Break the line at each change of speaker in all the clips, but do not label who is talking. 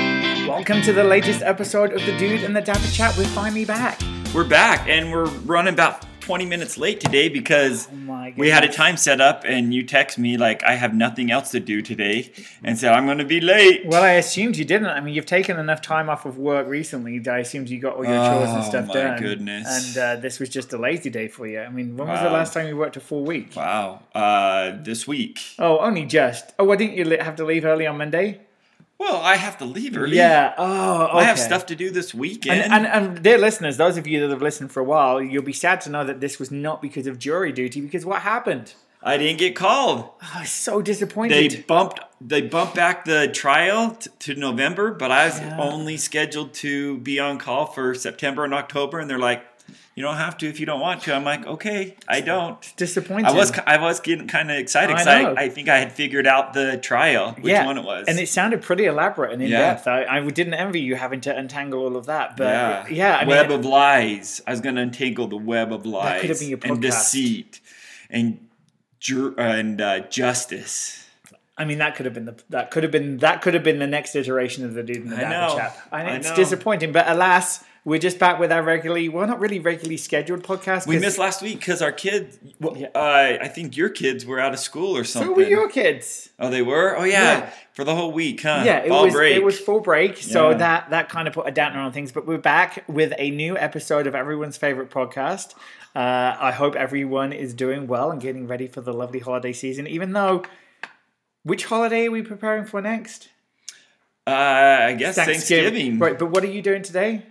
Welcome to the latest episode of the Dude and the Dapper Chat. We're finally back.
We're back and we're running about 20 minutes late today because
Oh my
we had a
goodness.
time set up and you text me like I have nothing else to do today and said I'm going to be late.
Well, I assumed you didn't. I mean, you've taken enough time off of work recently. that I assumed you got all your chores and
Oh,
stuff
my
done.
goodness.
And uh, this was just a lazy day for you. I mean, when was the
Wow.
last time you worked a full week?
Wow. Uh, this week.
Oh, only just. Oh, why didn't you li- have to leave early on Monday?
Well, I have to leave early.
Yeah. Oh, okay.
I have stuff to do this weekend.
And, and, and dear listeners, those of you that have listened for a while, you'll be sad to know that this was not because of jury duty. Because what happened?
I didn't get called.
I was so disappointed.
They bumped they bumped back the trial t- to November, but I was only scheduled to be on call for September and October and they're like you don't have to if you don't want to. I'm like, "Okay, I don't."
disappointed.
I was ki- I was getting kind of excited because
I
I,
know.
I, think I had figured out the trial which one it was.
And it sounded pretty elaborate and in
Yeah.
depth. I, I didn't envy you having to untangle all of that. But uh, yeah, I mean,
web of lies. I was going to untangle the web of lies
could have been your podcast.
and deceit and ju- and uh, justice.
I mean that could have been the that could have been that could have been the next iteration of the dude in the
I
Dapper
know.
chat. And
I
it's
know.
disappointing, but alas, we're just back with our regularly well, not really regularly scheduled podcast.
We
'cause-
missed last week because our kids. Well,
Yeah.
uh, I think your kids were out of school or something.
So were your kids?
Oh, they were. Oh, yeah,
Yeah.
for the whole week, huh?
Yeah, it
Fall
was
break.
it was full break, so
Yeah.
that that kind of put a dampener on things. But we're back with a new episode of everyone's favorite podcast. Uh, I hope everyone is doing well and getting ready for the lovely holiday season. Even though, which holiday are we preparing for next?
Uh, I guess Thanksgiving.
right? But what are you doing today?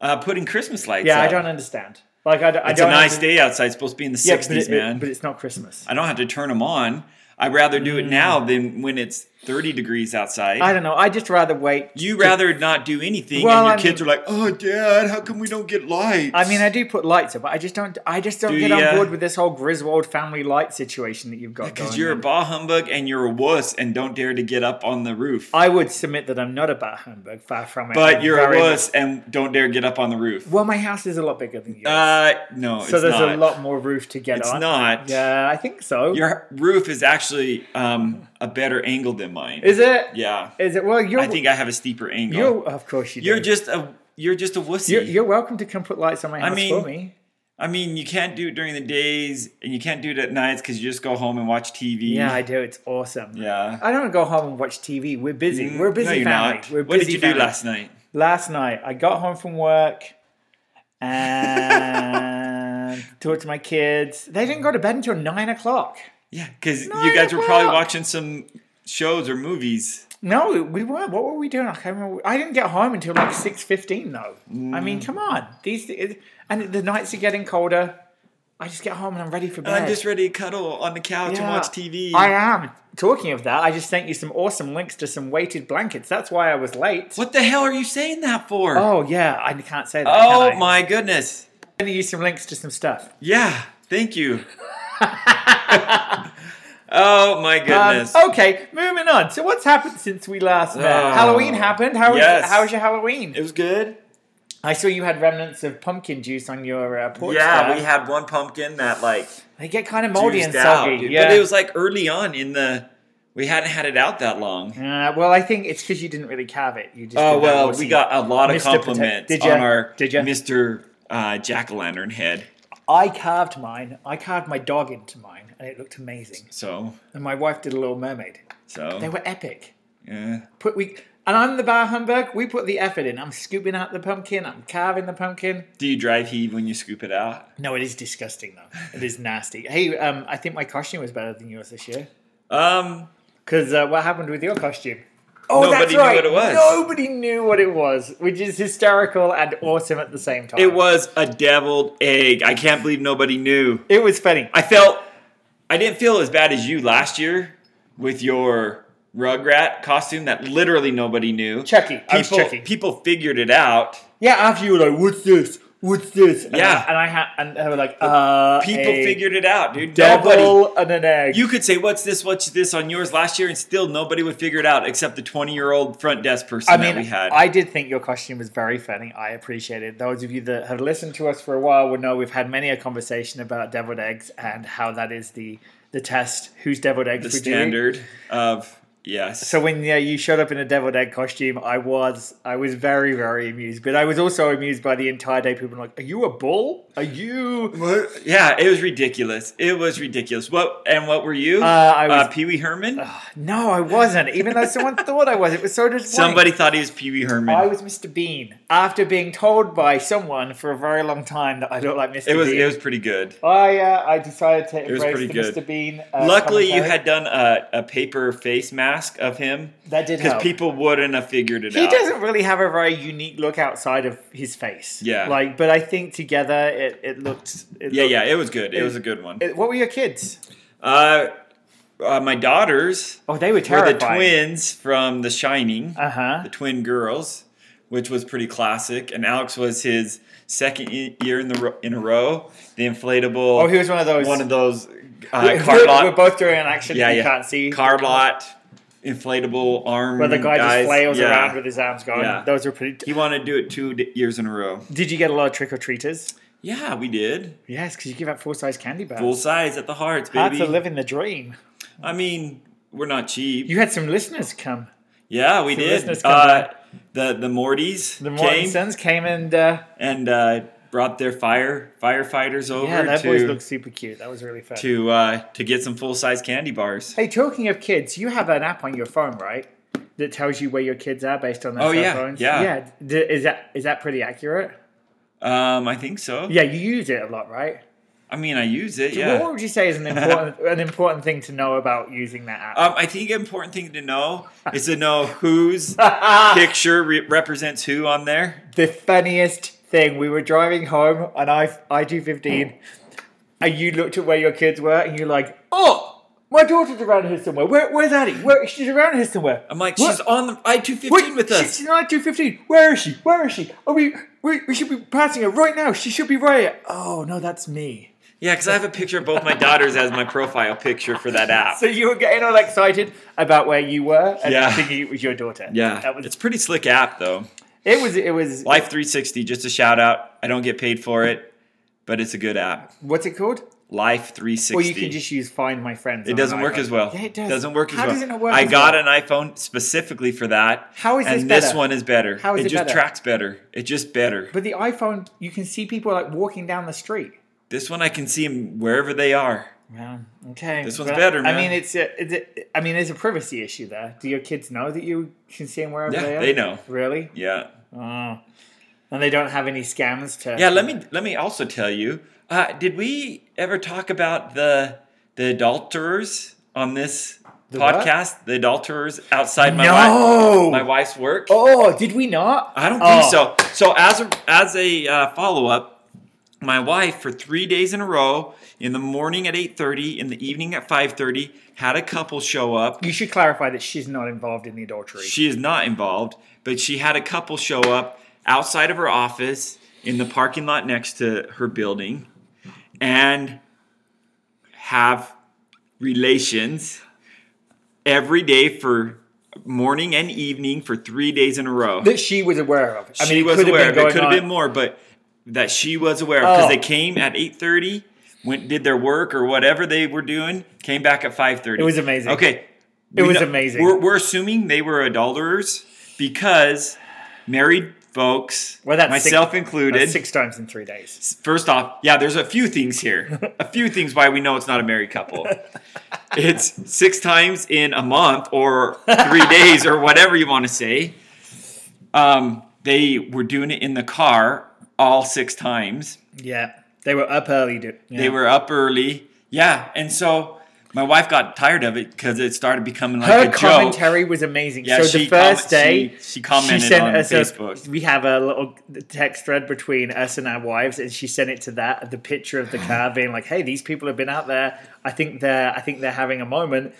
Uh, putting Christmas lights.
Yeah, I
up.
don't understand. Like I, don't- I
It's
don't
a nice
under-
day outside. It's supposed to be in the
Yeah, but,
sixties,
it-
man.
but it's not Christmas.
I don't have to turn them on. I'd rather do it now than when it's 30 degrees outside.
Mm. I don't know. I just rather wait.
you rather not do anything,
Well,
and
I
your kids are like, "Oh, Dad, how come we don't get lights?"
I mean, I do put lights up, but I just don't. I just don't
Do
get on
ya?
board with this whole Griswold family light situation that you've got.
because
going
you're
on.
a bah humbug and you're a wuss and don't dare to get up on the roof.
I would submit that I'm not a bat Hamburg, far from it.
but
I'm
you're
very
a
much-
wuss and don't dare get up on the roof.
Well, my house is a lot bigger than yours.
Uh, no,
so
it's
there's
not.
a lot more roof to get
It's
on.
not.
Yeah, I think so.
Your roof is actually um, a better angle than mine.
is it?
Yeah,
Is it? Well, you're.
I think I have a steeper angle. You're,
you're. Of course you do.
just a you're just a wussy.
You're, you're welcome to come put lights on my house
mean-
for me.
I mean, you can't do it during the days, and you can't do it at nights because you just go home and watch TV.
Yeah, I do. It's awesome.
yeah. Mm,
I don't go home and watch TV. We're busy. We're a busy
No, you're
family.
not.
We're
what
busy
did you do
family.
last night?
Last night, I got home from work and talked to my kids. They didn't go to bed until nine o'clock.
Yeah, because
Nine
you guys were probably
o'clock.
watching some shows or movies.
No, we weren't. What were we doing? I can't remember. I didn't get home until like six fifteen, though. I mean,
Mm.
come on. These it- and the nights are getting colder. I just get home and I'm ready for bed.
I'm just ready to cuddle on the couch and
Yeah.
watch TV.
I am. Talking of that, I just sent you some awesome links to some weighted blankets. That's why I was late.
what the hell are you saying that for?
Oh yeah, I can't say that.
Oh
can I?
my goodness!
I'm gonna use some links to some stuff.
Yeah, thank you. oh my
Um,
goodness!
okay, moving on. So what's happened since we last met?
Oh.
Halloween happened. How was
Yes.
how was your Halloween?
it was good.
I saw you had remnants of pumpkin juice on your uh, porch.
Yeah,
there.
we had one pumpkin that like
They get kind of moldy and
juiced out,
soggy.
dude.
yeah.
But it was like early on in the we hadn't had it out that long.
Uh, well, I think it's because you didn't really have it. You just
Oh
did that
well,
wussy.
we got a lot of
Mr. Potato-
compliments
Did ya?
on our
Did ya?
Mr. Uh, Jack o' Lantern head.
I carved mine. I carved my dog into mine, and it looked amazing.
So
And my wife did a Little Mermaid. They
so
were epic.
yeah.
Put we and I'm the bar humbug. We put the effort in. I'm scooping out the pumpkin. I'm carving the pumpkin.
Do you drive heave when you scoop it out?
No, it is disgusting though. It is nasty. Hey, um, I think my costume was better than yours this year.
Um,
Because uh, what happened with your costume? Oh,
Nobody knew what it was.
Nobody knew what it was, which is hysterical and awesome at the same time.
it was a deviled egg. I can't believe nobody knew.
It was funny.
I felt I didn't feel as bad as you last year with your Rugrat costume that literally nobody knew.
Chucky. I was
People,
Chucky.
people figured it out.
Yeah, after you were like, "What's this? What's this?" And
Yeah.
I, and I had, and they were like, "Uh,
People
a
figured it out, dude. Nobody.
double and an egg."
You could say, "What's this? What's this?" on yours last year, and still nobody would figure it out except the twenty-year-old front desk person
I
that we
mean,
had.
I did think your costume was very funny. I appreciate it. Those of you that have listened to us for a while will know we've had many a conversation about deviled eggs and how that is the the test whose deviled eggs
the
we do.
standard of Yes.
So when yeah, you showed up in a Devil Dead costume, I was I was very very amused, but I was also amused by the entire day. People were like, "Are you a bull? Are you?"
What? Yeah, it was ridiculous. It was ridiculous. What and what were you?
Uh, I was-
Pee Wee Herman.
No, I wasn't. Even though someone thought I was, it was so disappointing.
Somebody thought he was Pee Wee Herman.
I was Mr. Bean after being told by someone for a very long time that I looked like Mr.
it was
Bean.
it was pretty good.
I uh, I decided to
was
embrace
pretty
the
good.
Mr. Bean. Uh,
Luckily, you
commentary.
had done a, a paper face mask of him
that did
because
help.
people wouldn't have figured it
he
out.
doesn't really have a very unique look outside of his face.
Yeah.
like but I think together it it looked. It
Yeah,
looked-
yeah, it was good. It,
It-
was a good one.
It, what were your kids?
uh, uh, my daughters
Oh, they were
were the
terrifying.
twins from The Shining,
Uh huh.
the twin girls, which was pretty classic. And Alex was his second y- year in the ro- in a row. The inflatable.
Oh, he was one of those.
one of those uh,
we're,
car lot.
we're both doing an action
yeah,
that you
yeah.
can't see.
Car lot, inflatable arm.
Where the guy
guys.
just flails
Yeah.
around with his arms going.
Yeah.
Those were pretty.
He wanted to do it two d- years in a row.
Did you get a lot of trick or treaters?
Yeah, we did.
Yes, because you give out full size candy bars.
Full size at the hearts,
That's
baby.
a living the dream.
I mean, we're not cheap.
You had some listeners come.
yeah, we
The
did.
listeners come
Uh, the the Mortys
The
came
Mortensons came and uh,
and uh, brought their fire firefighters over
yeah, that boys
to
looked super cute. That was really fun.
to uh, to get some full size candy bars.
Hey, talking of kids, you have an app on your phone, right? That tells you where your kids are based on their
Oh,
cell
yeah,
phones.
yeah.
yeah. D- is that is that pretty accurate?
Um, I think so.
Yeah, you use it a lot, right?
I mean, I use it.
Well,
Yeah.
What would you say is an important an important thing to know about using that app?
Um, I think an important thing to know is to know whose picture re- represents who on there.
the funniest thing, we were driving home on I I two fifteen, and you looked at where your kids were, and you're like, "Oh, my daughter's around here somewhere. Where, where's Addie? Where she's around here somewhere."
I'm like,
What?
she's on the I two
Wait,
fifteen with
she-
us.
She's on I two fifteen. Where is she? Where is she? Oh, we, we we should be passing her right now. She should be right. Here. Oh no, that's me.
Yeah, because I have a picture of both my daughters as my profile picture for that app.
So you were getting all excited about where you were, and
Yeah.
thinking it was your daughter.
Yeah,
that was
it's a pretty slick app though.
it. Was it was
Life three sixty, just a shout out. I don't get paid for it, but it's a good app.
what's it called?
Life three sixty.
Or you can just use Find My Friends.
It doesn't work as well.
Yeah, it does.
Doesn't work as
How
well.
does it not work
I
as
got
well?
an iPhone specifically for that.
How is
and
this
this
better?
one is better.
How is
it,
it
just
better?
tracks better. It just better.
But the iPhone, you can see people like walking down the street.
This one I can see them wherever they are.
Wow. Okay.
This one's better, man.
I mean, it's a, it's a, I mean, there's a privacy issue there. Do your kids know that you can see them wherever
Yeah,
they are?
they know.
Really?
Yeah.
Oh. And they don't have any scams to.
Yeah. Let me let me also tell you. Uh, did we ever talk about the the adulterers on this
what?
podcast? The adulterers outside my
No!
wife, my wife's work.
Oh, did we not?
I don't think
Oh.
so. So as a as a uh, follow up, my wife for three days in a row, in the morning at eight thirty, in the evening at five thirty, had a couple show up.
You should clarify that she's not involved in the adultery.
She is not involved, but she had a couple show up outside of her office in the parking lot next to her building and have relations every day for morning and evening for three days in a row.
that she was aware of. I
she
mean, it
was
could
aware
have
of
been
it.
going
Could
on.
have been more, but that she was aware of because
Oh.
they came at eight thirty, went did their work or whatever they were doing, came back at five thirty.
It was amazing.
Okay,
It
we
was
know-
amazing.
We're, we're assuming they were adulterers because married folks,
Well, that's six-
myself
That's
included.
six times in three days.
First off, yeah, there's a few things here. a few things why we know it's not a married couple. it's six times in a month or three days or whatever you want to say. Um, they were doing it in the car all six times.
Yeah, they were up early. Do- yeah.
They were up early. Yeah. And so my wife got tired of it because it started becoming like
her
a joke.
commentary was amazing.
Yeah,
so
she
the first
comment-
day,
she- she commented on
us a-
Facebook.
we have a little text thread between us and our wives, and she sent it to that the picture of the car being like, "Hey, these people have been out there. I think they're I think they're having a moment."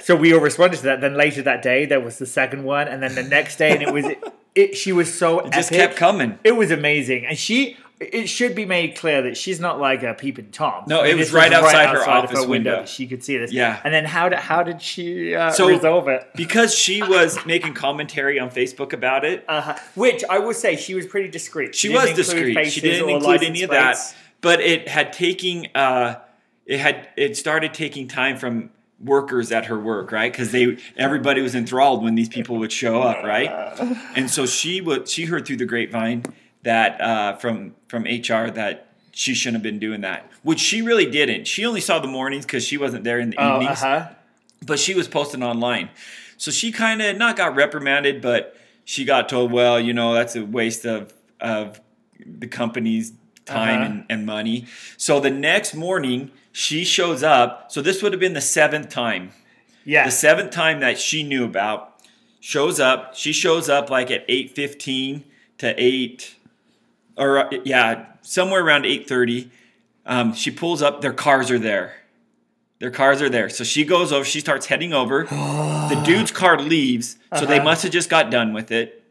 So we all responded to that. Then later that day, there was the second one, and then the next day, and it was it. She was so
It just
epic.
kept coming.
It was amazing, and she. It should be made clear that she's not like a peeping tom.
No, it
this
was right outside her
of
office window.
that She could see this.
Yeah.
and then how did how did she uh,
So-
resolve it?
Because she was making commentary on Facebook about it.
Uh-huh. Which I will say, she was pretty discreet.
She
didn't
was
include
discreet. She
faces
didn't
or
include
license
any of
plates.
that. But it had taking uh, it had it started taking time from workers at her work, right? Because they everybody was enthralled when these people would show up, right? And so she would she heard through the grapevine that uh, from from HR that she shouldn't have been doing that, which she really didn't. She only saw the mornings because she wasn't there in the
Oh, uh
evenings
huh.
but she was posting online. So she kind of not got reprimanded, but she got told, well, you know, that's a waste of of the company's time
Uh-huh.
and, and money. So the next morning she shows up. So this would have been the seventh time
Yeah.
the seventh time that she knew about shows up she shows up like at 8.15 to 8 or uh, yeah somewhere around 8.30 um, she pulls up their cars are there their cars are there so she goes over she starts heading over the dude's car leaves so they
Uh-huh.
must have just got done with it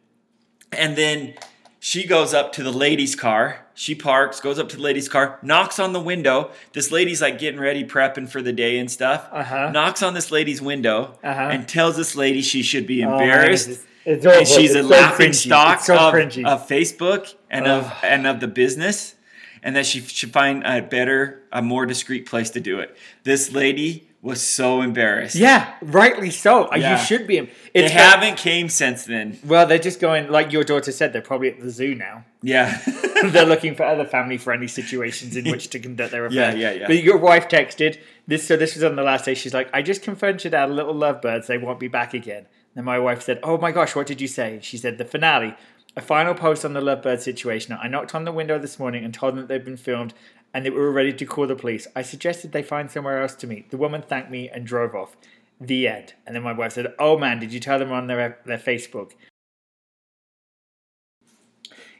and then she goes up to the lady's car. She parks, goes up to the lady's car, knocks on the window. This lady's like getting ready, prepping for the day and stuff.
Uh-huh.
Knocks on this lady's window
Uh-huh.
and tells this lady she should be
Oh, man,
embarrassed.
it's- it's
and
awful.
she's
It's
a
so
laughing
cringy.
stock
It's so
of,
cringy.
of Facebook and of
Ugh.
and of the business, and that she should find a better, a more discreet place to do it. This lady was so embarrassed.
yeah, rightly so. Uh,
Yeah.
You should be. It's
They
like-
haven't came since then.
Well, they're just going like your daughter said. They're probably at the zoo now.
Yeah.
they're looking for other family-friendly situations in which to conduct their affair.
Yeah, yeah, yeah.
But your wife texted this. So this was on the last day. She's like, "I just confronted our little lovebirds. They won't be back again." Then my wife said, "Oh my gosh, what did you say?" She said, "The finale, a final post on the lovebird situation. I knocked on the window this morning and told them that they'd been filmed." And that we were ready to call the police. I suggested they find somewhere else to meet. The woman thanked me and drove off. The end. And then my wife said, "Oh man, did you tell them on their their Facebook?"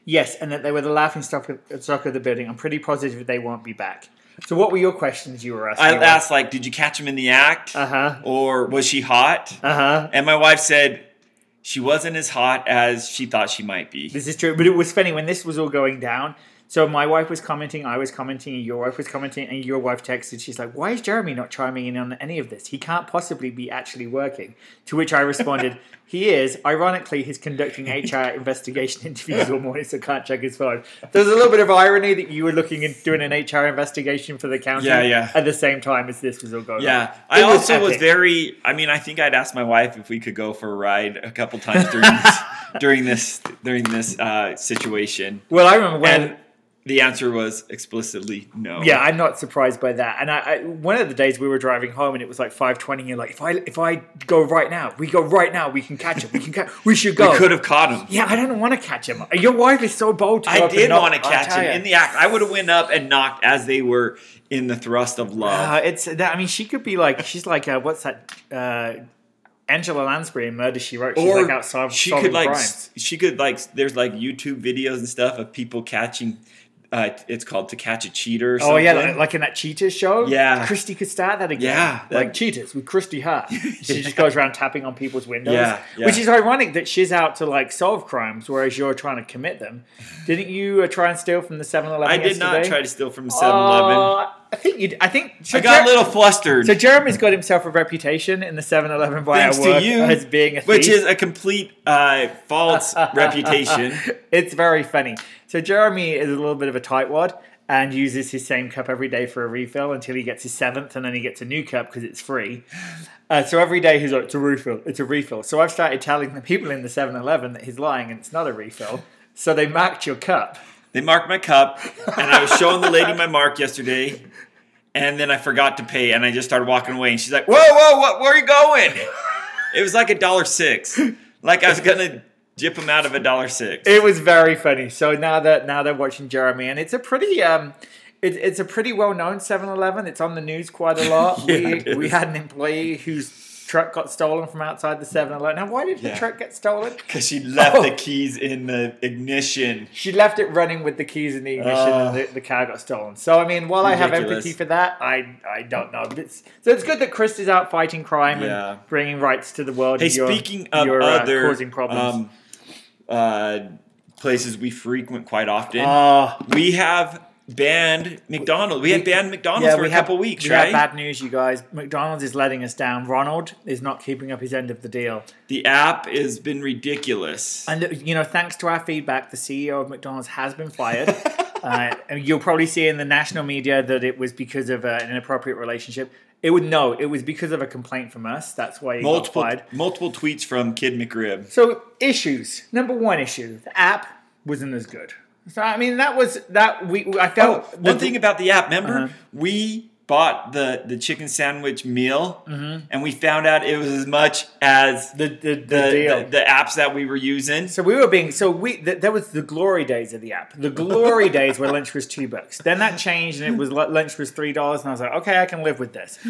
Yes, and that they were the laughing stock of, stock of the building. I'm pretty positive they won't be back. So, what were your questions you were
I
asking?
asked, like, did you catch him in the act?
Uh huh.
Or was she hot?
Uh huh.
And my wife said she wasn't as hot as she thought she might be.
This is true, but it was funny when this was all going down. So my wife was commenting, I was commenting, and your wife was commenting, and your wife texted. She's like, "Why is Jeremy not chiming in on any of this? He can't possibly be actually working." To which I responded, "He is. Ironically, he's conducting HR investigation interviews all morning, so can't check his phone." There's a little bit of irony that you were looking and doing an HR investigation for the county
Yeah, yeah.
at the same time as this was all going. on.
Yeah. I
It was
also was
epic.
very I mean, I think I'd asked my wife if we could go for a ride a couple times during this during this during this uh, situation.
Well, I remember when.
And the answer was explicitly no.
yeah, I'm not surprised by that. And I, I one of the days we were driving home, and it was like five twenty. You're like, if I if I go right now, we go right now, we can catch him. We can catch. We should go.
We could have caught him.
yeah, I don't want to catch him. Your wife is so bold. To go
I
up and
did
knock,
want to
I'll
catch
tell
him
ya.
in the act. I would have went up and knocked as they were in the thrust of love.
Uh, it's that. I mean, she could be like, she's like, uh, what's that? Uh, Angela Lansbury in Murder She Wrote. She's like outside.
she
solving
could like
crimes.
s- she could like s- there's like YouTube videos and stuff of people catching. Uh, it's called to catch a cheater. Or
Oh
something.
yeah, like, like in that Cheetahs show.
Yeah.
Christy could start that again.
Yeah, that-
like Cheetahs with Christy Hart. She just goes around tapping on people's windows.
Yeah, yeah.
which is ironic that she's out to like solve crimes, whereas you're trying to commit them. Didn't you uh, try and steal from the 7-Eleven
I did not
yesterday?
try to steal from 7-Eleven.
Uh, I think you. I think so
I got
Jer-
a little flustered,
So Jeremy's got himself a reputation in the 7-Eleven by
Thanks
our
to
work
you,
as being a thief.
which is a complete uh, false reputation.
it's very funny. So Jeremy is a little bit of a tightwad and uses his same cup every day for a refill until he gets his seventh, and then he gets a new cup because it's free. Uh, so every day he's like, "It's a refill, it's a refill." So I've started telling the people in the 7-Eleven that he's lying and it's not a refill. So they marked your cup.
They marked my cup, and I was showing the lady my mark yesterday. And then I forgot to pay, and I just started walking away. And she's like, "Whoa, whoa, what? Where are you going?" It was like a dollar six, like I was gonna jip him out of a dollar six.
It was very funny. So now that now they're watching Jeremy, and it's a pretty um, it, it's a pretty well known 7-Eleven. It's on the news quite a lot.
Yeah,
we
it
we
is.
had an employee whose truck got stolen from outside the 7-Eleven. Now, why did
Yeah.
the truck get stolen?
Because she left the
Oh.
keys in the ignition.
She left it running with the keys in the ignition,
Ah.
and the, the car got stolen. So I mean, while I have
Ridiculous.
empathy for that, I I don't know. But It's, so it's good that Chris is out fighting crime
Yeah.
and bringing rights to the world.
Hey,
and you're-
speaking of
you're, uh,
other
causing problems.
um, uh, places we frequent quite often,
Ah.
we have banned McDonald's. We had banned McDonald's for a
have-
couple weeks,
we
right?
have bad news, you guys. McDonald's is letting us down. Ronald is not keeping up his end of the deal.
the app has been ridiculous.
And you know, thanks to our feedback, the CEO of McDonald's has been fired. uh, and you'll probably see in the national media that it was because of uh, an inappropriate relationship. It would no. It was because of a complaint from us. That's why it multiple.
Multiple multiple tweets from Kid McRib.
So issues. Number one issue: the app wasn't as good. So I mean, that was that we. I
Oh,
felt
one
the-
thing about the app, remember?
Uh-huh.
We bought the the chicken sandwich meal, and we found out it was as much as the
Mm-hmm. the the, the,
the,
deal.
the apps that we were using.
so we were being so we th- there was the glory days of the app. The glory days where lunch was two bucks. Then that changed and it was lu- lunch was three dollars, and I was like, okay, I can live with this.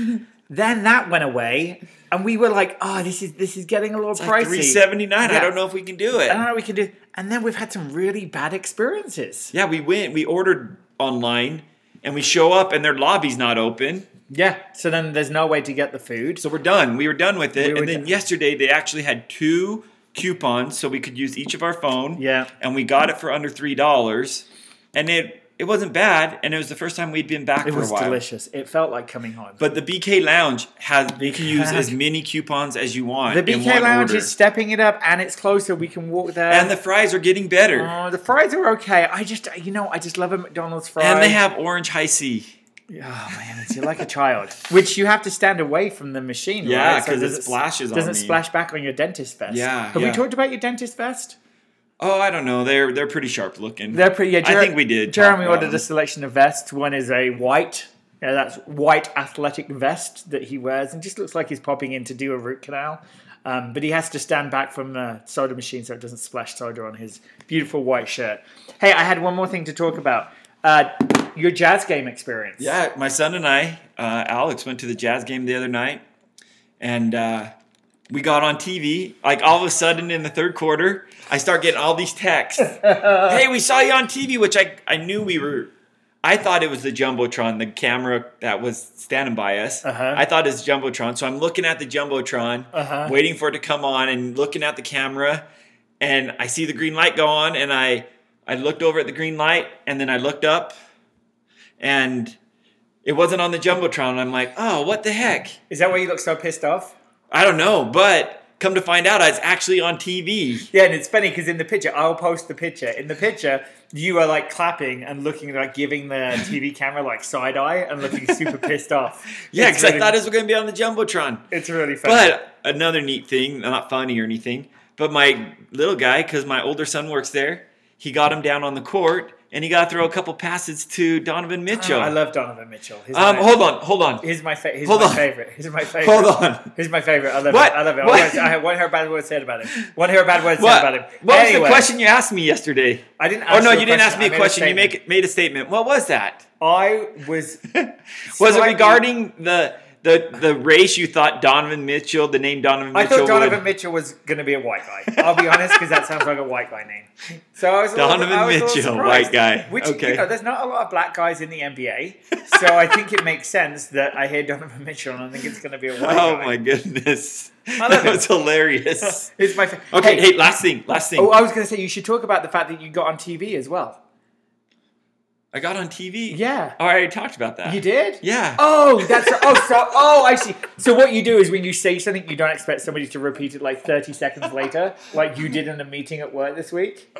then that went away, and we were like, oh, this is this is getting a little pricey.
Three seventy nine. I
Yeah. Uh-huh.
don't know if we can do it.
I don't know what we can do. And then we've had some really bad experiences.
Yeah, we went. We ordered online, and we show up, and their lobby's not open.
Yeah. So then there's no way to get the food.
So we're done. We were done with it.
We were
and then
done.
yesterday they actually had two coupons, so we could use each of our phone.
Yeah.
And we got it for under three dollars, and it it wasn't bad. And it was the first time we'd been back
it
for
was
a while.
delicious. It felt like coming home.
But the BK Lounge has you can use
BK.
as many coupons as you want.
the
in
BK
one
Lounge
order.
is stepping it up, and it's closer. We can walk there.
and the fries are getting better.
Oh, the fries are okay. I just, you know, I just love a McDonald's fry.
and they have orange high C.
oh man, it's like a child, which you have to stand away from the machine.
Yeah,
right?
'cause it
doesn't-
splashes on
Doesn't
me.
splash back on your dentist vest.
Yeah,
Have
yeah.
we talked about your dentist vest?
Oh, I don't know. They're they're pretty sharp looking.
They're pretty. Yeah, Jer-
I think we did.
Jeremy
talk about
ordered a
them.
selection of vests. One is a white. Yeah, that's white athletic vest that he wears, and just looks like he's popping in to do a root canal. Um, but he has to stand back from the soda machine so it doesn't splash soda on his beautiful white shirt. Hey, I had one more thing to talk about. Uh, your jazz game experience.
Yeah, my son and I, uh, Alex, went to the jazz game the other night, and uh, we got on TV. Like all of a sudden, in the third quarter, I start getting all these texts. hey, we saw you on TV, which I I knew we were. I thought it was the jumbotron, the camera that was standing by us.
Uh-huh.
I thought it was jumbotron, so I'm looking at the jumbotron,
Uh-huh.
waiting for it to come on, and looking at the camera, and I see the green light go on, and I I looked over at the green light, and then I looked up, and it wasn't on the jumbotron. I'm like, oh, what the heck?
Is that why you look so pissed off?
I don't know. But come to find out, I was actually on TV.
Yeah, and it's funny because in the picture, I'll post the picture. In the picture, you are like clapping and looking like giving the TV camera like side eye and looking super pissed off.
Yeah,
It's
because I
really-
thought it was going to be on the jumbotron.
It's really funny.
But another neat thing, not funny or anything, but my little guy, because my older son works there, he got him down on the court and he got to throw a couple passes to Donovan Mitchell.
Oh, I love Donovan Mitchell. He's
um,
my,
hold on, hold on,
He's my, fa- he's
hold
my
on.
favorite. He's my favorite.
hold on.
He's my favorite. I love
What?
it. I love it.
What?
I want- I have one her bad word said about him. One her bad word said
What?
about him.
What was
Anyway,
the question you asked me yesterday?
I didn't. Ask
Oh no,
a
you didn't ask me
I
a
made
question. You
statement.
make made a statement. What was that?
I was.
Was it
slightly-
regarding the the the race you thought Donovan Mitchell, the name Donovan
I
Mitchell
thought Donovan
would,
Mitchell was going to be a white guy. I'll be honest, because that sounds like a white guy name. So I was a little-
Donovan
I was a little
Mitchell,
surprised,
white guy.
Which
Okay.
you know, there's not a lot of black guys in the NBA, so I think it makes sense that I hear Donovan Mitchell and I think it's going to be a white
Oh
guy.
my goodness.
love
That
it.
was hilarious.
It's my fa-
Okay, hey, last thing, last thing.
Oh, I was going to say you should talk about the fact that you got on TV as well.
I got on TV.
Yeah.
Oh, I already talked about that.
You did?
Yeah.
Oh, that's oh so oh I see. So what you do is when you say something, you don't expect somebody to repeat it like thirty seconds later, like you did in a meeting at work this week.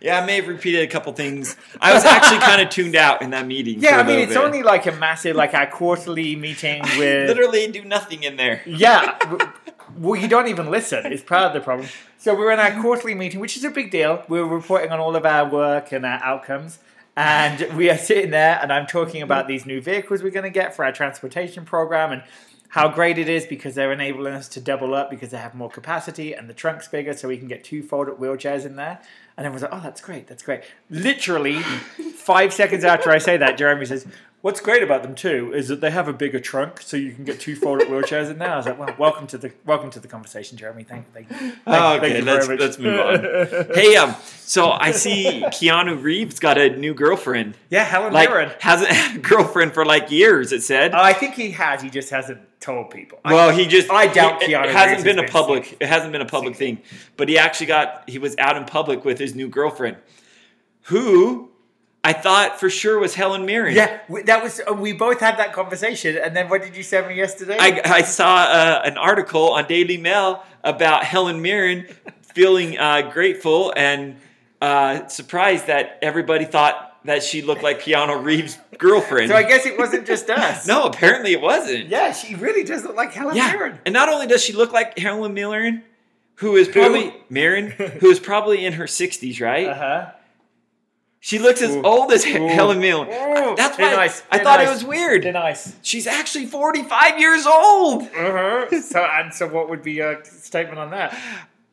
Yeah, I may have repeated a couple things. I was actually kind of tuned out in that meeting. for
Yeah,
a
I mean
little
it's
bit.
only like a massive like our quarterly meeting
I
with
literally do nothing in there.
Yeah. w- Well, you don't even listen. It's part of the problem. So we're in
Mm-hmm.
our quarterly meeting, which is a big deal. We're reporting on all of our work and our outcomes. And we are sitting there, and I'm talking
Mm-hmm.
about these new vehicles we're going to get for our transportation program and how great it is because they're enabling us to double up because they have more capacity and the trunk's bigger, so we can get two fold up wheelchairs in there. And everyone's like, oh, that's great, that's great. Literally, five seconds after I say that, Jeremy says, What's great about them too is that they have a bigger trunk, so you can get two fold-up wheelchairs in there. I was like, "Well, welcome to the welcome to the conversation, Jeremy. Thank, thank, thank,
Oh,
thank
okay,
you
let's
very much."
let's move on. hey, um, so I see Keanu Reeves got a new girlfriend.
Yeah, Helen
Like
Mirren.
hasn't had a girlfriend for like years. It said.
Oh, I think he has. He just hasn't told people. I-
Well, he just
I doubt
he,
Keanu
It
Reeves
hasn't
has
been a
been
public. It hasn't been a public thing, but he actually got. He was out in public with his new girlfriend, who I thought for sure was Helen Mirren.
yeah, we, that was uh, we both had that conversation, and then what did you send me yesterday?
I, I saw uh, an article on Daily Mail about Helen Mirren feeling uh, grateful and uh, surprised that everybody thought that she looked like Keanu Reeves' girlfriend.
So I guess it wasn't just us.
no, apparently it wasn't.
Yeah, she really does look like Helen
Yeah.
Mirren.
And not only does she look like Helen Mirren, who is probably Mirren, who is probably in her 60s, right?
Uh huh.
She looks as
Ooh.
old as
Ooh.
Helen Mirren.
Ooh.
That's
Very
why
nice.
I
Very
thought it
nice.
was weird.
nice.
She's actually 45 years old.
Uh huh. So and so, what would be your statement on that?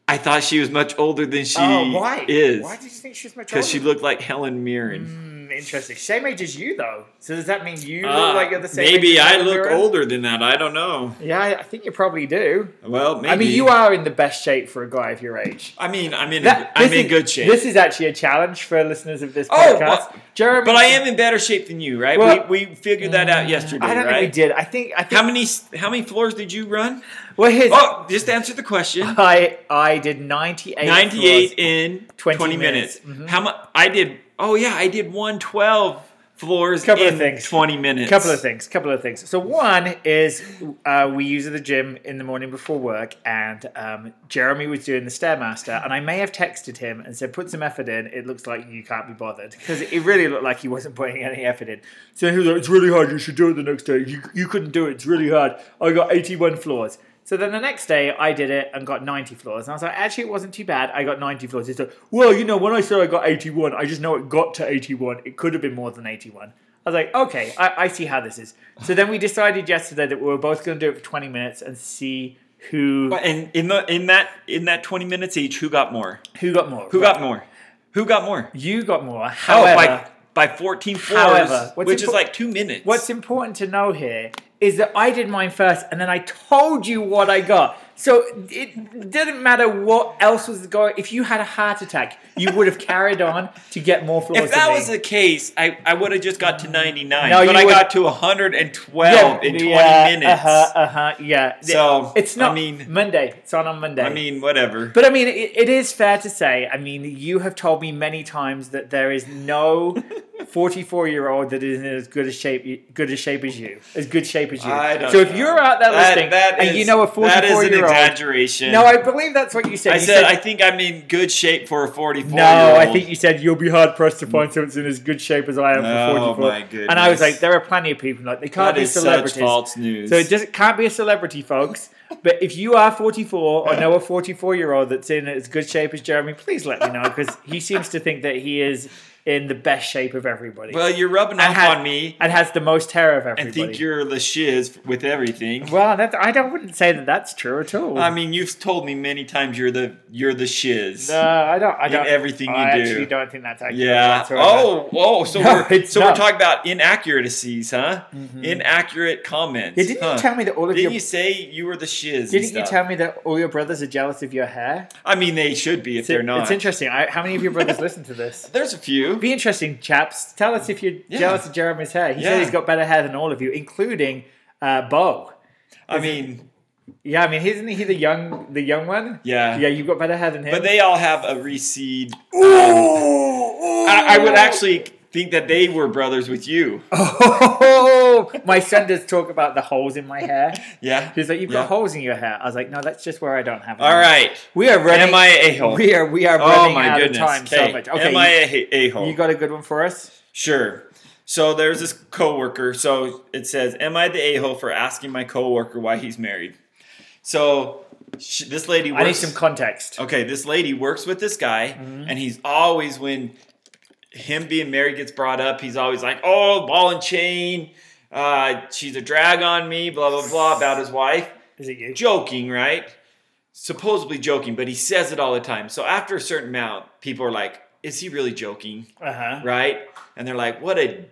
I thought she was much older than she
oh, why?
is.
Why did you think she was much older?
Because she looked like Helen Mirren.
Hmm, interesting. Same age as you, though. So does that mean you
Ah,
look like you're the same? age
maybe
as
I
Helen
look
Mirren?
older than that. I don't know.
Yeah, I- I think you probably do.
Well, maybe.
I mean, you are in the best shape for a guy of your age.
I mean, I'm in.
That-
I'm
this
in
is-
good shape.
This is actually a challenge for listeners of this
Oh,
podcast.
well,
Jeremy,
but I am in better shape than you, right?
Well-
we, we figured that out yesterday,
I don't
right?
think we did. I think. I think.
How many how many floors did you run?
well, here's.
Oh, just answer the question.
I I did ninety eight.
98 in
20
20,
minutes. Mm-hmm.
minutes. How much I did Oh yeah, I did 112 floors
Couple of
in
things.
20 minutes.
Couple of things. Couple of things. So one is uh, we use at the gym in the morning before work, and um, Jeremy was doing the stairmaster, and I may have texted him and said, "Put some effort in. It looks like you can't be bothered," because it really looked like he wasn't putting any effort in. So he was like, "It's really hard. You should do it the next day. You you couldn't do it. It's really hard. I got eighty one floors." So then the next day I did it and got 90 floors. And I was like, actually, it wasn't too bad. I got 90 floors. He's like, well, you know, when I said I got 81, I just know it got to 81. It could have been more than 81. I was like, okay, I, I see how this is. So then we decided yesterday that we were both going to do it for 20 minutes and see who
And in the in that in that 20 minutes each, who got more?
who got more.
Who got more? Who got more?
You got more. However,
oh, by by 14 floors,
However, what's
which
impor-
is like 2 minutes.
what's important to know here is that I did mine first and then I told you what I got. So it didn't matter what else was going. If you had a heart attack, you would have carried on to get more floors.
if that
than me.
was the case, I, I would have just got to 99,
No,
but
you
I
would-
got to 112 in 20 minutes.
Uh huh. Uh-huh, yeah.
So,
it's not.
I mean-
Monday. It's on on Monday.
I mean, whatever.
But I mean, it, it is fair to say. I mean, you have told me many times that there is no forty-four-year-old that is in as good a shape, good a shape as you, as good shape as you.
I don't
so if
know.
you're out there
That-
listening
that
and
is-
you know a
That is an
forty-four-year-old,
exaggeration.
no, I believe that's what you said.
I
You
said, I think I'm in good shape for a 44
no, I think you said you'll be hard pressed to find someone that's in as good shape as I am
Mm. Oh,
for forty-four.
my goodness.
And I was like, there are plenty of people like they can't
that
be
is such
celebrities.
false news.
So it just can't be a celebrity, folks. But if you are 44 or know a 44 year old that's in as good shape as Jeremy, please let me know because he seems to think that he is in the best shape of everybody.
well, you're rubbing
and
off
has-
on me
and has the most hair of everybody.
and think you're the shiz with everything.
well, that, I don't wouldn't say that that's true at all.
I mean, you've told me many times you're the you're the shiz.
no, Uh, I don't. I don't.
everything you
I
do.
actually don't think that's accurate.
Yeah.
whatsoever.
Oh, oh. So
No,
we're
it's
so
not. Mm-hmm.
we're talking about inaccuracies, huh? Inaccurate comments.
Yeah, didn't
huh.
you tell me that all of
Didn't
your
you say you were the shiz?
didn't you tell me that all your brothers are jealous of your hair?
I mean, they should be if they're not.
It's interesting. I, how many of your brothers listen to this?
There's a few.
be interesting, chaps. Tell us if you're
Yeah.
jealous of Jeremy's hair. He
Yeah.
said he's got better hair than all of you, including uh, Bo.
I mean,
Yeah, I mean, isn't he the young, the young one?
yeah.
Yeah, you've got better hair than him.
But they all have a reseed.
Ooh,
I, I would actually think that they were brothers with you.
Oh, my son does talk about the holes in my hair.
Yeah.
He's like, "You've
Yeah.
got holes in your hair." I was like, "No, that's just where I don't have." them."
All right.
we are running.
Am I a hole?
We are we are
Oh
running
my
out
goodness.
of time so
Okay.
much.
Am I
Okay,
a a
you, you
hole?
got a good one for us?
Sure. So there's this coworker. So it says, "Am I the a-hole for asking my coworker why he's married?" So sh this lady. Works,
I need some context.
okay, this lady works with this guy,
Mm-hmm.
and he's always when him being married gets brought up, he's always like, "Oh, ball and chain. Uh, she's a drag on me." Blah blah blah about his wife
Is it you?
joking, right? Supposedly joking, but he says it all the time. So after a certain amount, people are like, "Is he really joking?"
Uh huh.
Right? And they're like, "What a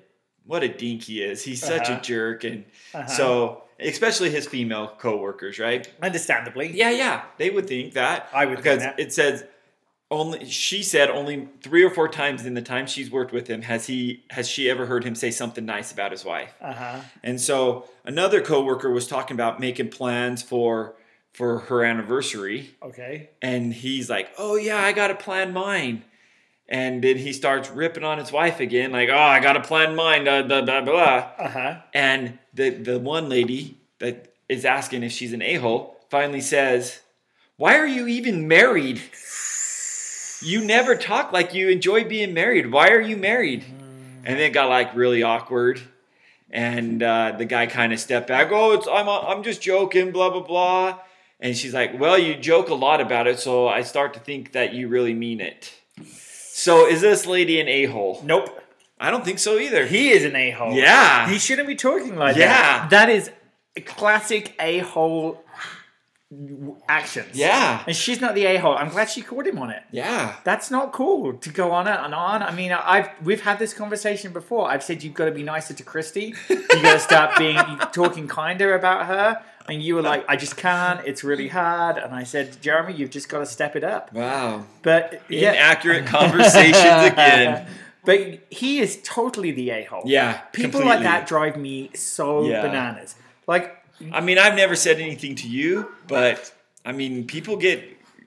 what a dink he is. He's such
Uh-huh.
a jerk." And
Uh-huh.
so, especially his female coworkers, right?
Understandably.
Yeah, yeah, they would think that.
I would think
because
that.
it says only she said only three or four times in the time she's worked with him has he has she ever heard him say something nice about his wife.
Uh huh.
And so another coworker was talking about making plans for for her anniversary,
Okay.
and he's like, "Oh yeah, I got to plan mine." And then he starts ripping on his wife again, like, "Oh, I got to plan mine." Da, da, da, blah.
Uh huh.
And the the one lady that is asking if she's an a hole finally says, "Why are you even married? You never talk like you enjoy being married. Why are you married?" and then it got like really awkward. And uh, the guy kind of stepped back. Oh, it's I'm I'm just joking, blah blah blah. And she's like, "Well, you joke a lot about it, so I start to think that you really mean it." So is this lady an a hole?
Nope.
I don't think so either.
He is an a hole.
yeah,
He shouldn't be talking like
Yeah.
that. That is a classic a hole actions.
yeah,
And she's not the a hole. I'm glad she caught him on it.
yeah.
That's not cool to go on and on. I mean, I've we've had this conversation before. I've said you've got to be nicer to Christy. You got to start being talking kinder about her. And you were like, I just can't. It's really hard. And I said, Jeremy, you've just got to step it up.
Wow.
But yeah,
Inaccurate conversations again.
but he is totally the a hole.
Yeah,
people
completely.
like that drive me so
Yeah.
bananas. Like,
I mean, I've never said anything to you, but I mean, people get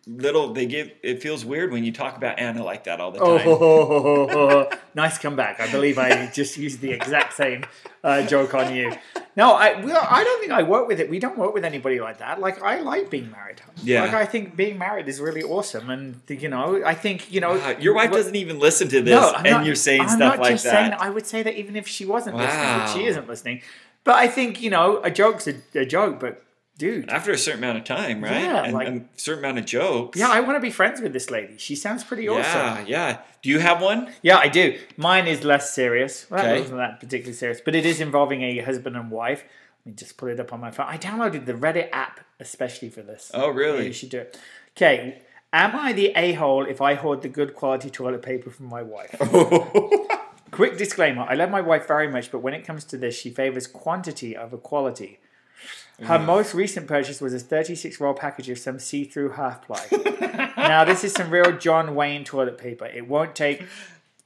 little. They get. It feels weird when you talk about Anna like that all the
oh,
time.
ho, ho, ho, ho, ho, ho. nice comeback. I believe I just used the exact same uh, joke on you. No, I we are, I don't think I work with it. We don't work with anybody like that. Like I like being married.
Yeah.
Like I think being married is really awesome, and you know, I think you know
Wow, Uh, your wife
what-
doesn't even listen to this,
I'm
and
not-
you're saying
I'm
stuff
not
like
just
that.
Saying I would say that even if she wasn't listening, but
Wow.
she isn't listening. But I think you know, a joke's a, a joke. But dude,
After a certain amount of time, right?
Yeah,
and
like-
and a certain amount of jokes.
yeah, I want to be friends with this lady. She sounds pretty awesome.
yeah, yeah. Do you have one?
Yeah, I do. Mine is less serious. Well,
Okay.
That wasn't that particularly serious, but it is involving a husband and wife. Let me just pull it up on my phone. I downloaded the Reddit app especially for this.
Oh, really?
Yeah, you should do it. Okay. Am I the a hole if I hoard the good quality toilet paper from my wife? Quick disclaimer I love my wife very much, but when it comes to this, she favors quantity over quality. Her most recent purchase was a 36 roll package of some see through half ply. now, this is some real John Wayne toilet paper. It won't take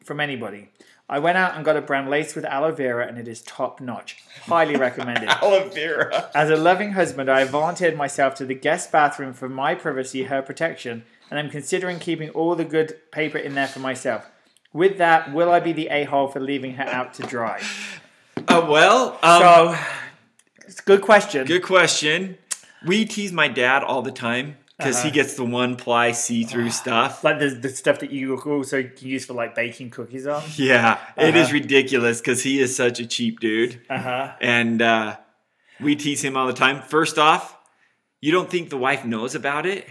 from anybody. I went out and got a brand laced with aloe vera, and it is top notch. Highly recommended.
Aloe vera.
As a loving husband, I have volunteered myself to the guest bathroom for my privacy, her protection, and I'm considering keeping all the good paper in there for myself. With that, will I be the a hole for leaving her out to dry?
Uh, well, um,
So, it's a good question.
Good question. We tease my dad all the time because
Uh-huh.
he gets the one ply see through
Ah.
stuff.
Like the, the stuff that you also can use for like baking cookies on.
Yeah, it is
Uh-huh.
ridiculous because he is such a cheap dude.
Uh huh.
And uh, we tease him all the time. First off, you don't think the wife knows about it?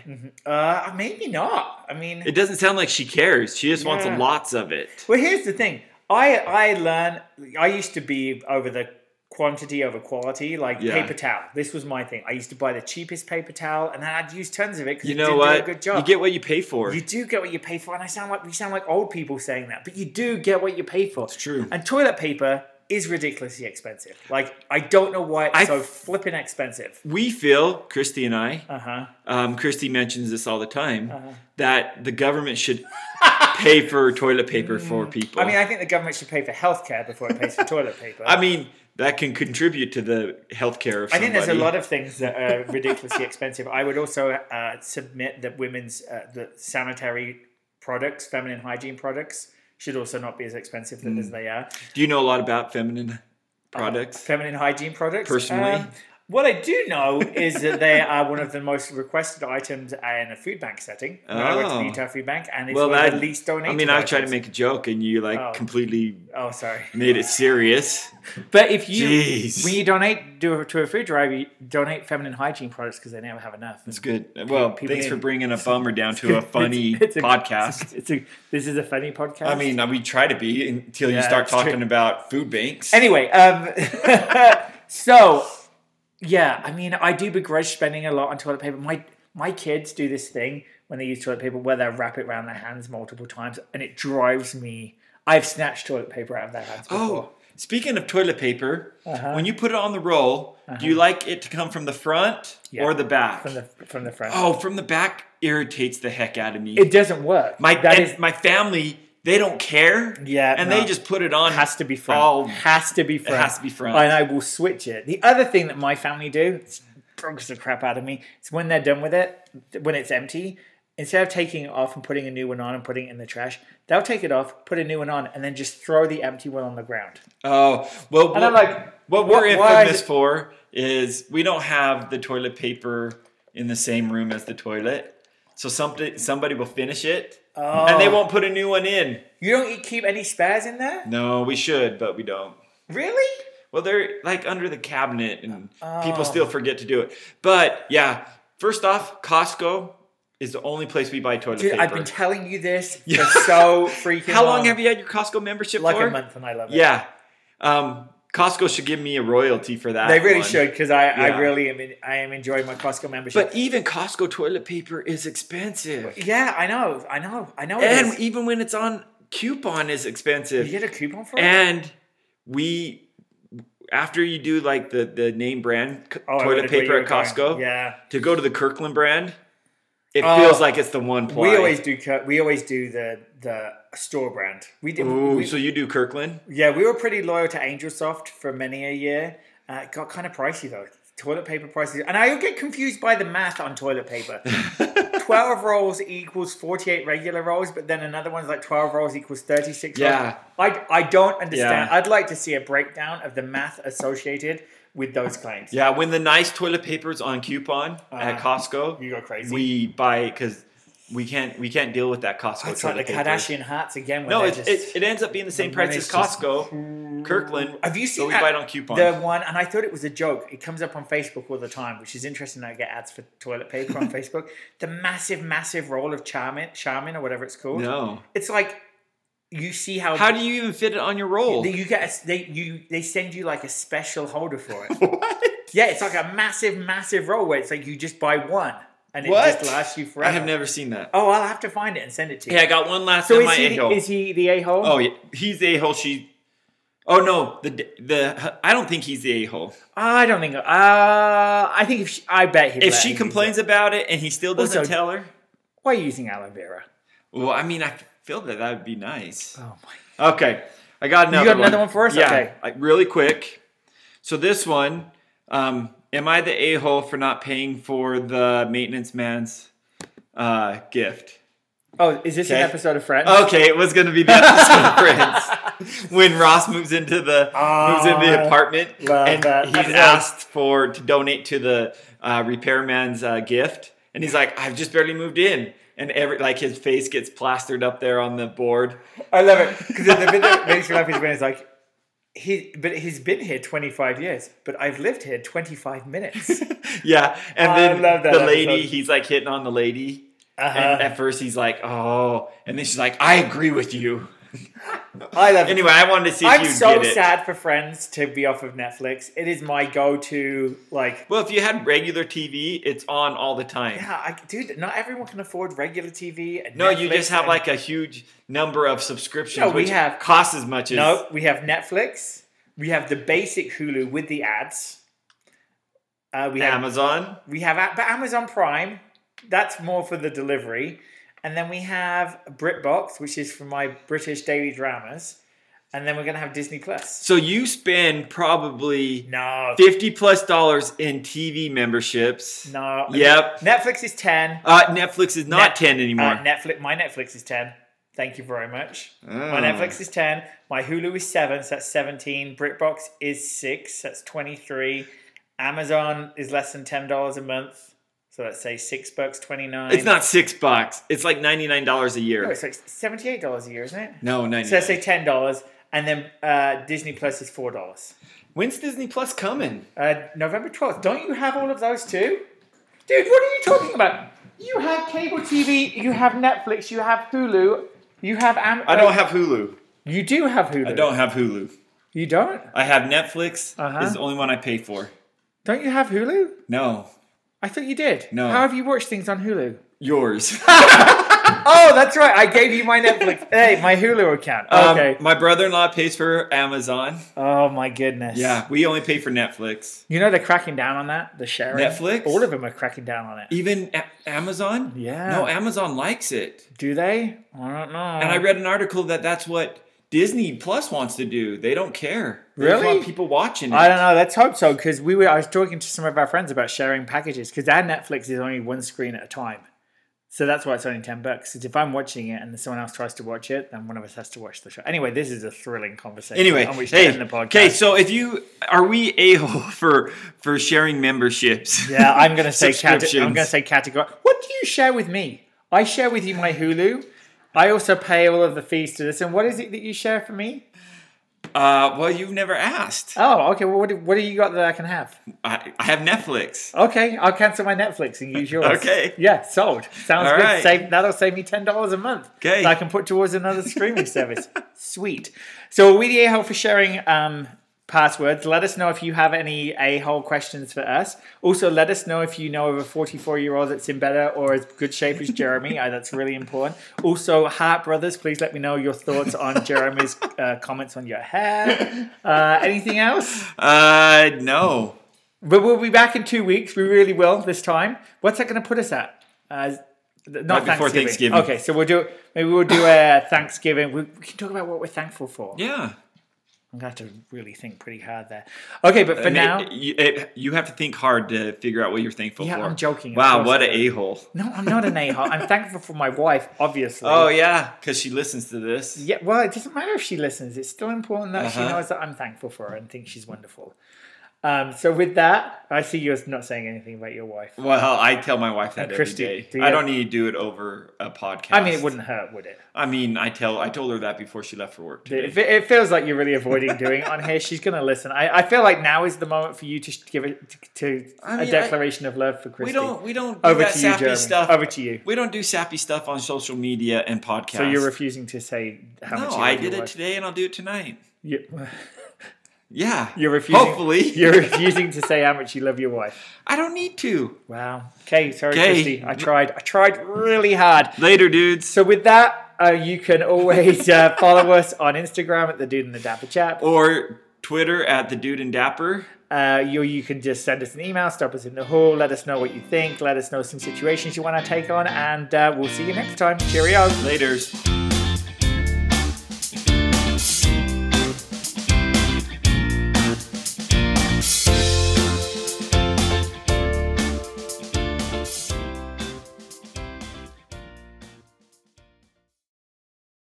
Uh, maybe not. I mean,
It doesn't sound like she cares. She just wants
Yeah.
lots of it.
Well, here's the thing. I I learn. I used to be over the quantity over quality, like
Yeah.
paper towel. This was my thing. I used to buy the cheapest paper towel, and then I'd use tons of it because
You
it
know
did
what?
do a good job.
You get what you pay for.
You do get what you pay for, and I sound like we sound like old people saying that, but you do get what you pay for. It's
true.
And toilet paper is ridiculously expensive. Like I don't know why it's
I-
so flipping expensive.
we feel, Christy and I,
Uh huh.
um, Christy mentions this all the time,
Uh-huh.
that the government should pay for toilet paper for people.
Mm. I mean, I think the government should pay for healthcare before it pays for toilet paper.
I mean, that can contribute to the healthcare of somebody.
I think there's a lot of things that are ridiculously expensive. I would also uh, submit that women's uh, the sanitary products, feminine hygiene products, should also not be as expensive than as they are.
Do you know a lot about feminine products?
Feminine hygiene products. um,
Personally?
what I do know is that they are one of the most requested items in a food bank setting. When I went to the
Oh.
Utah Food Bank, and it's
well,
one
that,
of the least donated.
I mean, I tried to
items.
make a joke, and you like
Oh.
completely
Oh, sorry.
made it serious.
But if you
Jeez.
when you donate do, to a food drive, you donate feminine hygiene products because they never have enough.
It's good. Well,
People
thanks
need-
for bringing a bummer down to a funny
It's- it's a-
podcast.
It's a, this is a funny podcast.
I mean, we try to be until you
Yeah,
start
it's true.
talking about food banks.
anyway, um, so yeah, I mean, I do begrudge spending a lot on toilet paper. My my kids do this thing when they use toilet paper where they wrap it around their hands multiple times, and it drives me. I've snatched toilet paper out of their hands. Before.
oh, speaking of toilet paper,
Uh-huh.
when you put it on the roll, do you like it to come from the front
Yeah.
or the back?
from the from the front,
oh, from the back irritates the heck out of me.
it doesn't work.
My
that
and
is
my family, they don't care.
Yeah,
and
no.
they just put it on.
has to be front.
Oh,
has to be front.
has to be front.
And I will switch it. The other thing that my family do, it's bugs the crap out of me, is when they're done with it, when it's empty, instead of taking it off and putting a new one on and putting it in the trash, they'll take it off, put a new one on, and then just throw the empty one on the ground.
oh. Well, what,
I'm like,
what we're
wh- why is
infamous
it-
for is we don't have the toilet paper in the same room as the toilet. So somebody somebody will finish it,
Oh.
and they won't put a new one in.
You don't eat- keep any spares in there?
No, we should, but we don't.
Really?
Well, they're like under the cabinet, and
Oh.
people still forget to do it. But yeah, first off, Costco is the only place we buy toilet
Dude,
paper.
I've been telling you this
Yeah.
for so freaking
How long have you had your Costco membership
Like
for?
a month, and I love it.
Yeah, um, Costco should give me a royalty for that.
They really
one.
should because I, I
Yeah.
really am in, I am enjoying my Costco membership.
But even Costco toilet paper is expensive,
yeah, I know, I know, I know. it
and
is.
even when it's on coupon, is expensive.
you get a coupon for it.
and we after you do like the the name brand c-
Oh, I
toilet
wondered where
paper
you were
at Costco
going. Yeah,
to go to the Kirkland brand it
Oh.
feels like it's the one ply.
we always do. Cur- We always do the the store brand. We did.
Ooh,
we-
so you do Kirkland
yeah, we were pretty loyal to AngelSoft for many a year. Uh, it got kind of pricey though. Toilet paper prices, and I get confused by the math on toilet paper. 12 rolls equals 48 regular rolls, but then another one's like 12 rolls equals 36 rolls.
Yeah.
I, I don't understand.
Yeah.
I'd like to see a breakdown of the math associated with those claims.
yeah when the nice toilet paper's on coupon at
Uh-huh.
Costco
You go crazy.
we buy because we can't we can't deal with that Costco
it's
toilet
like the
paper.
Kardashian hats again. When
no
they're
it,
just,
it, it ends up being the same
the
price as
money's just-
Costco Kirkland
Have you
so
seen
we
that-
buy it on coupon
the one, and I thought it was a joke. It comes up on Facebook all the time, which is interesting. that I get ads for toilet paper on Facebook. The massive, massive roll of Charmin, Charmin or whatever it's called.
no
It's like you see how
how do you even fit it on your roll
That you get a, they you they send you like a special holder for it.
what
yeah, it's like a massive, massive roll where it's like you just buy one and it
What?
just lasts you forever.
I have never seen that
Oh, I'll have to find it and send it to you.
Yeah, I got one last
so
in
is
my
he,
a
the,
hole.
is he the a hole?
Oh, yeah. he's the a hole. She. Oh no, the the I don't think he's the a hole.
I don't think. Uh, I think if she, I bet he.
If she complains about it and he still doesn't
Also-
tell her,
why are you using aloe vera?
well, I mean, I feel that that would be nice.
Oh my.
Okay, I got another.
got another one for us?
Yeah,
Okay.
I- really quick. So this one, um, am I the a hole for not paying for the maintenance man's uh, gift?
Oh, is this
Okay.
an episode of Friends?
Okay, it was going to be the episode of Friends when Ross moves into the moves into
Ah,
the apartment
love
and
that
he's
episode.
asked for to donate to the uh, repairman's uh, gift, and he's like, "I've just barely moved in," and every like his face gets plastered up there on the board.
I love it because the bit that makes me laugh is when it's like. He, but he's been here 25 years, but I've lived here 25 minutes.
Yeah, and
Oh, I
then
love that
the lady,
episode.
he's like hitting on the lady,
Uh-huh.
and at first he's like, "Oh," and then she's like, "I agree with you."
I love it.
Anyway, I wanted to see if
I'm
you
so
did it.
sad for Friends to be off of Netflix. It is my go-to. Like,
Well, if you had regular TV, it's on all the time.
yeah, I, dude, not everyone can afford regular TV. And
No, you
Netflix
just have
and-
like a huge number of subscriptions,
No, we
which
have-
costs as much as
no. We have Netflix. We have the basic Hulu with the ads. Uh, we have
Amazon.
we have a- but Amazon Prime. That's more for the delivery, and then we have BritBox, which is for my British daily dramas, and then we're gonna have Disney Plus.
So you spend probably
No,
fifty plus dollars in TV memberships.
no.
Yep.
Netflix is ten.
Uh, Netflix is not
Net-
ten anymore.
Uh, Netflix, my Netflix is ten. Thank you very much. My
Oh.
Netflix is ten. My Hulu is seven, so that's seventeen. BritBox is six, so that's twenty-three. Amazon is less than ten dollars a month, so let's say six bucks twenty-nine.
it's not six bucks. It's like ninety nine dollars a
Oh,
year.
it's like seventy-eight dollars a year, isn't it?
No, ninety.
So
nine.
let's say ten dollars, and then uh, Disney Plus is four dollars.
When's Disney Plus coming?
Uh, November twelfth. Don't you have all of those too, dude? What are you talking about? You have cable TV, you have Netflix, you have Hulu, you have Am. uh,
I don't have Hulu.
You do have Hulu.
I don't have Hulu.
You don't?
I have Netflix.
Uh-huh.
Is the only one I pay for.
Don't you have Hulu?
No,
I thought you did.
No.
How have you watched things on Hulu?
yours.
Oh, that's right. I gave you my Netflix. hey, my Hulu account.
Um,
Okay.
my brother in law pays for Amazon.
oh my goodness.
Yeah, we only pay for Netflix.
You know they're cracking down on that. The sharing.
Netflix?
All of them are cracking down on it.
Even A- Amazon?
Yeah.
No, Amazon likes it.
Do they? I don't know.
And I read an article that that's what Disney Plus wants to do. They don't care. They just
Really?
want people watching it.
I don't know. Let's hope so because we were. I was talking to some of our friends about sharing packages because our Netflix is only one screen at a time, so that's why it's only ten bucks. 'Cause if I'm watching it and someone else tries to watch it, then one of us has to watch the show. Anyway, this is a thrilling conversation.
Anyway,
on which to
hey,
end the podcast.
okay, so if you are we a hole for for sharing memberships?
yeah, I'm gonna say cate- I'm
Subscriptions.
gonna say category. What do you share with me? I share with you my Hulu. I also pay all of the fees to this. And what is it that you share for me?
Uh, well, you've never asked.
Oh, okay. Well, what do, what do you got that I can have?
I, I have Netflix.
Okay, I'll cancel my Netflix and use yours.
Okay.
Yeah, sold. Sounds
All
good.
right.
Save, that'll save me ten dollars a month.
Okay.
That I can put towards another streaming service. Sweet. So we the a hole for sharing um, passwords. Let us know if you have any a hole questions for us. Also, let us know if you know of a forty-four year old that's in better or as good shape as Jeremy. Uh, that's really important. Also, Heart Brothers, please let me know your thoughts on Jeremy's uh, comments on your hair. Uh, anything else?
Uh, no.
But we'll be back in two weeks. We really will this time. What's that going to put us at? Uh, th- not
Right before
Thanksgiving.
Thanksgiving.
Okay, so we'll do. Maybe we'll do a Thanksgiving. We, we can talk about what we're thankful for.
Yeah.
I'm gonna have to really think pretty hard there. Okay, but for
And
now,
it- you, it- you have to think hard to figure out what you're thankful
Yeah,
for.
I'm joking, of
Wow,
course.
what an a hole.
no, I'm not an a-hole. I'm thankful for my wife, obviously.
Oh yeah, because she listens to this.
Yeah, well, it doesn't matter if she listens. It's still important that she
Uh-huh.
knows that I'm thankful for her and think she's wonderful. Um, so with that, I see you're not saying anything about your wife.
Well, I tell my wife that every
Christy,
day.
do you-
I don't need to do it over a podcast.
I mean, it wouldn't hurt, would it?
I mean, I tell I told her that before she left for work. Today.
It, it feels like you're really avoiding doing it on here. She's going to listen. I, I feel like now is the moment for you to sh- give it to, to
I
a
mean, I-
declaration of love for Christy.
We don't we don't do
Over
that
to you,
sappy
Jeremy.
stuff.
Over to you.
We don't do sappy stuff on social media and podcasts.
So you're refusing to say how
No,
much you
I
love your
did it
wife.
today and I'll do it tonight.
You-
Yeah.
You're refusing.
Hopefully.
you're refusing to say how much you love your wife.
I don't need to.
Wow. Okay. Sorry,
'Kay.
Christy. I tried. I tried really hard.
Later, dudes.
So with that, uh, you can always uh, follow us on Instagram at the Dude and the Dapper Chap.
Or Twitter at the dude and dapper.
Uh, you, you can just send us an email, stop us in the hall, let us know what you think, let us know some situations you want to take on, and uh, we'll see you next time. Cheerio.
Laters.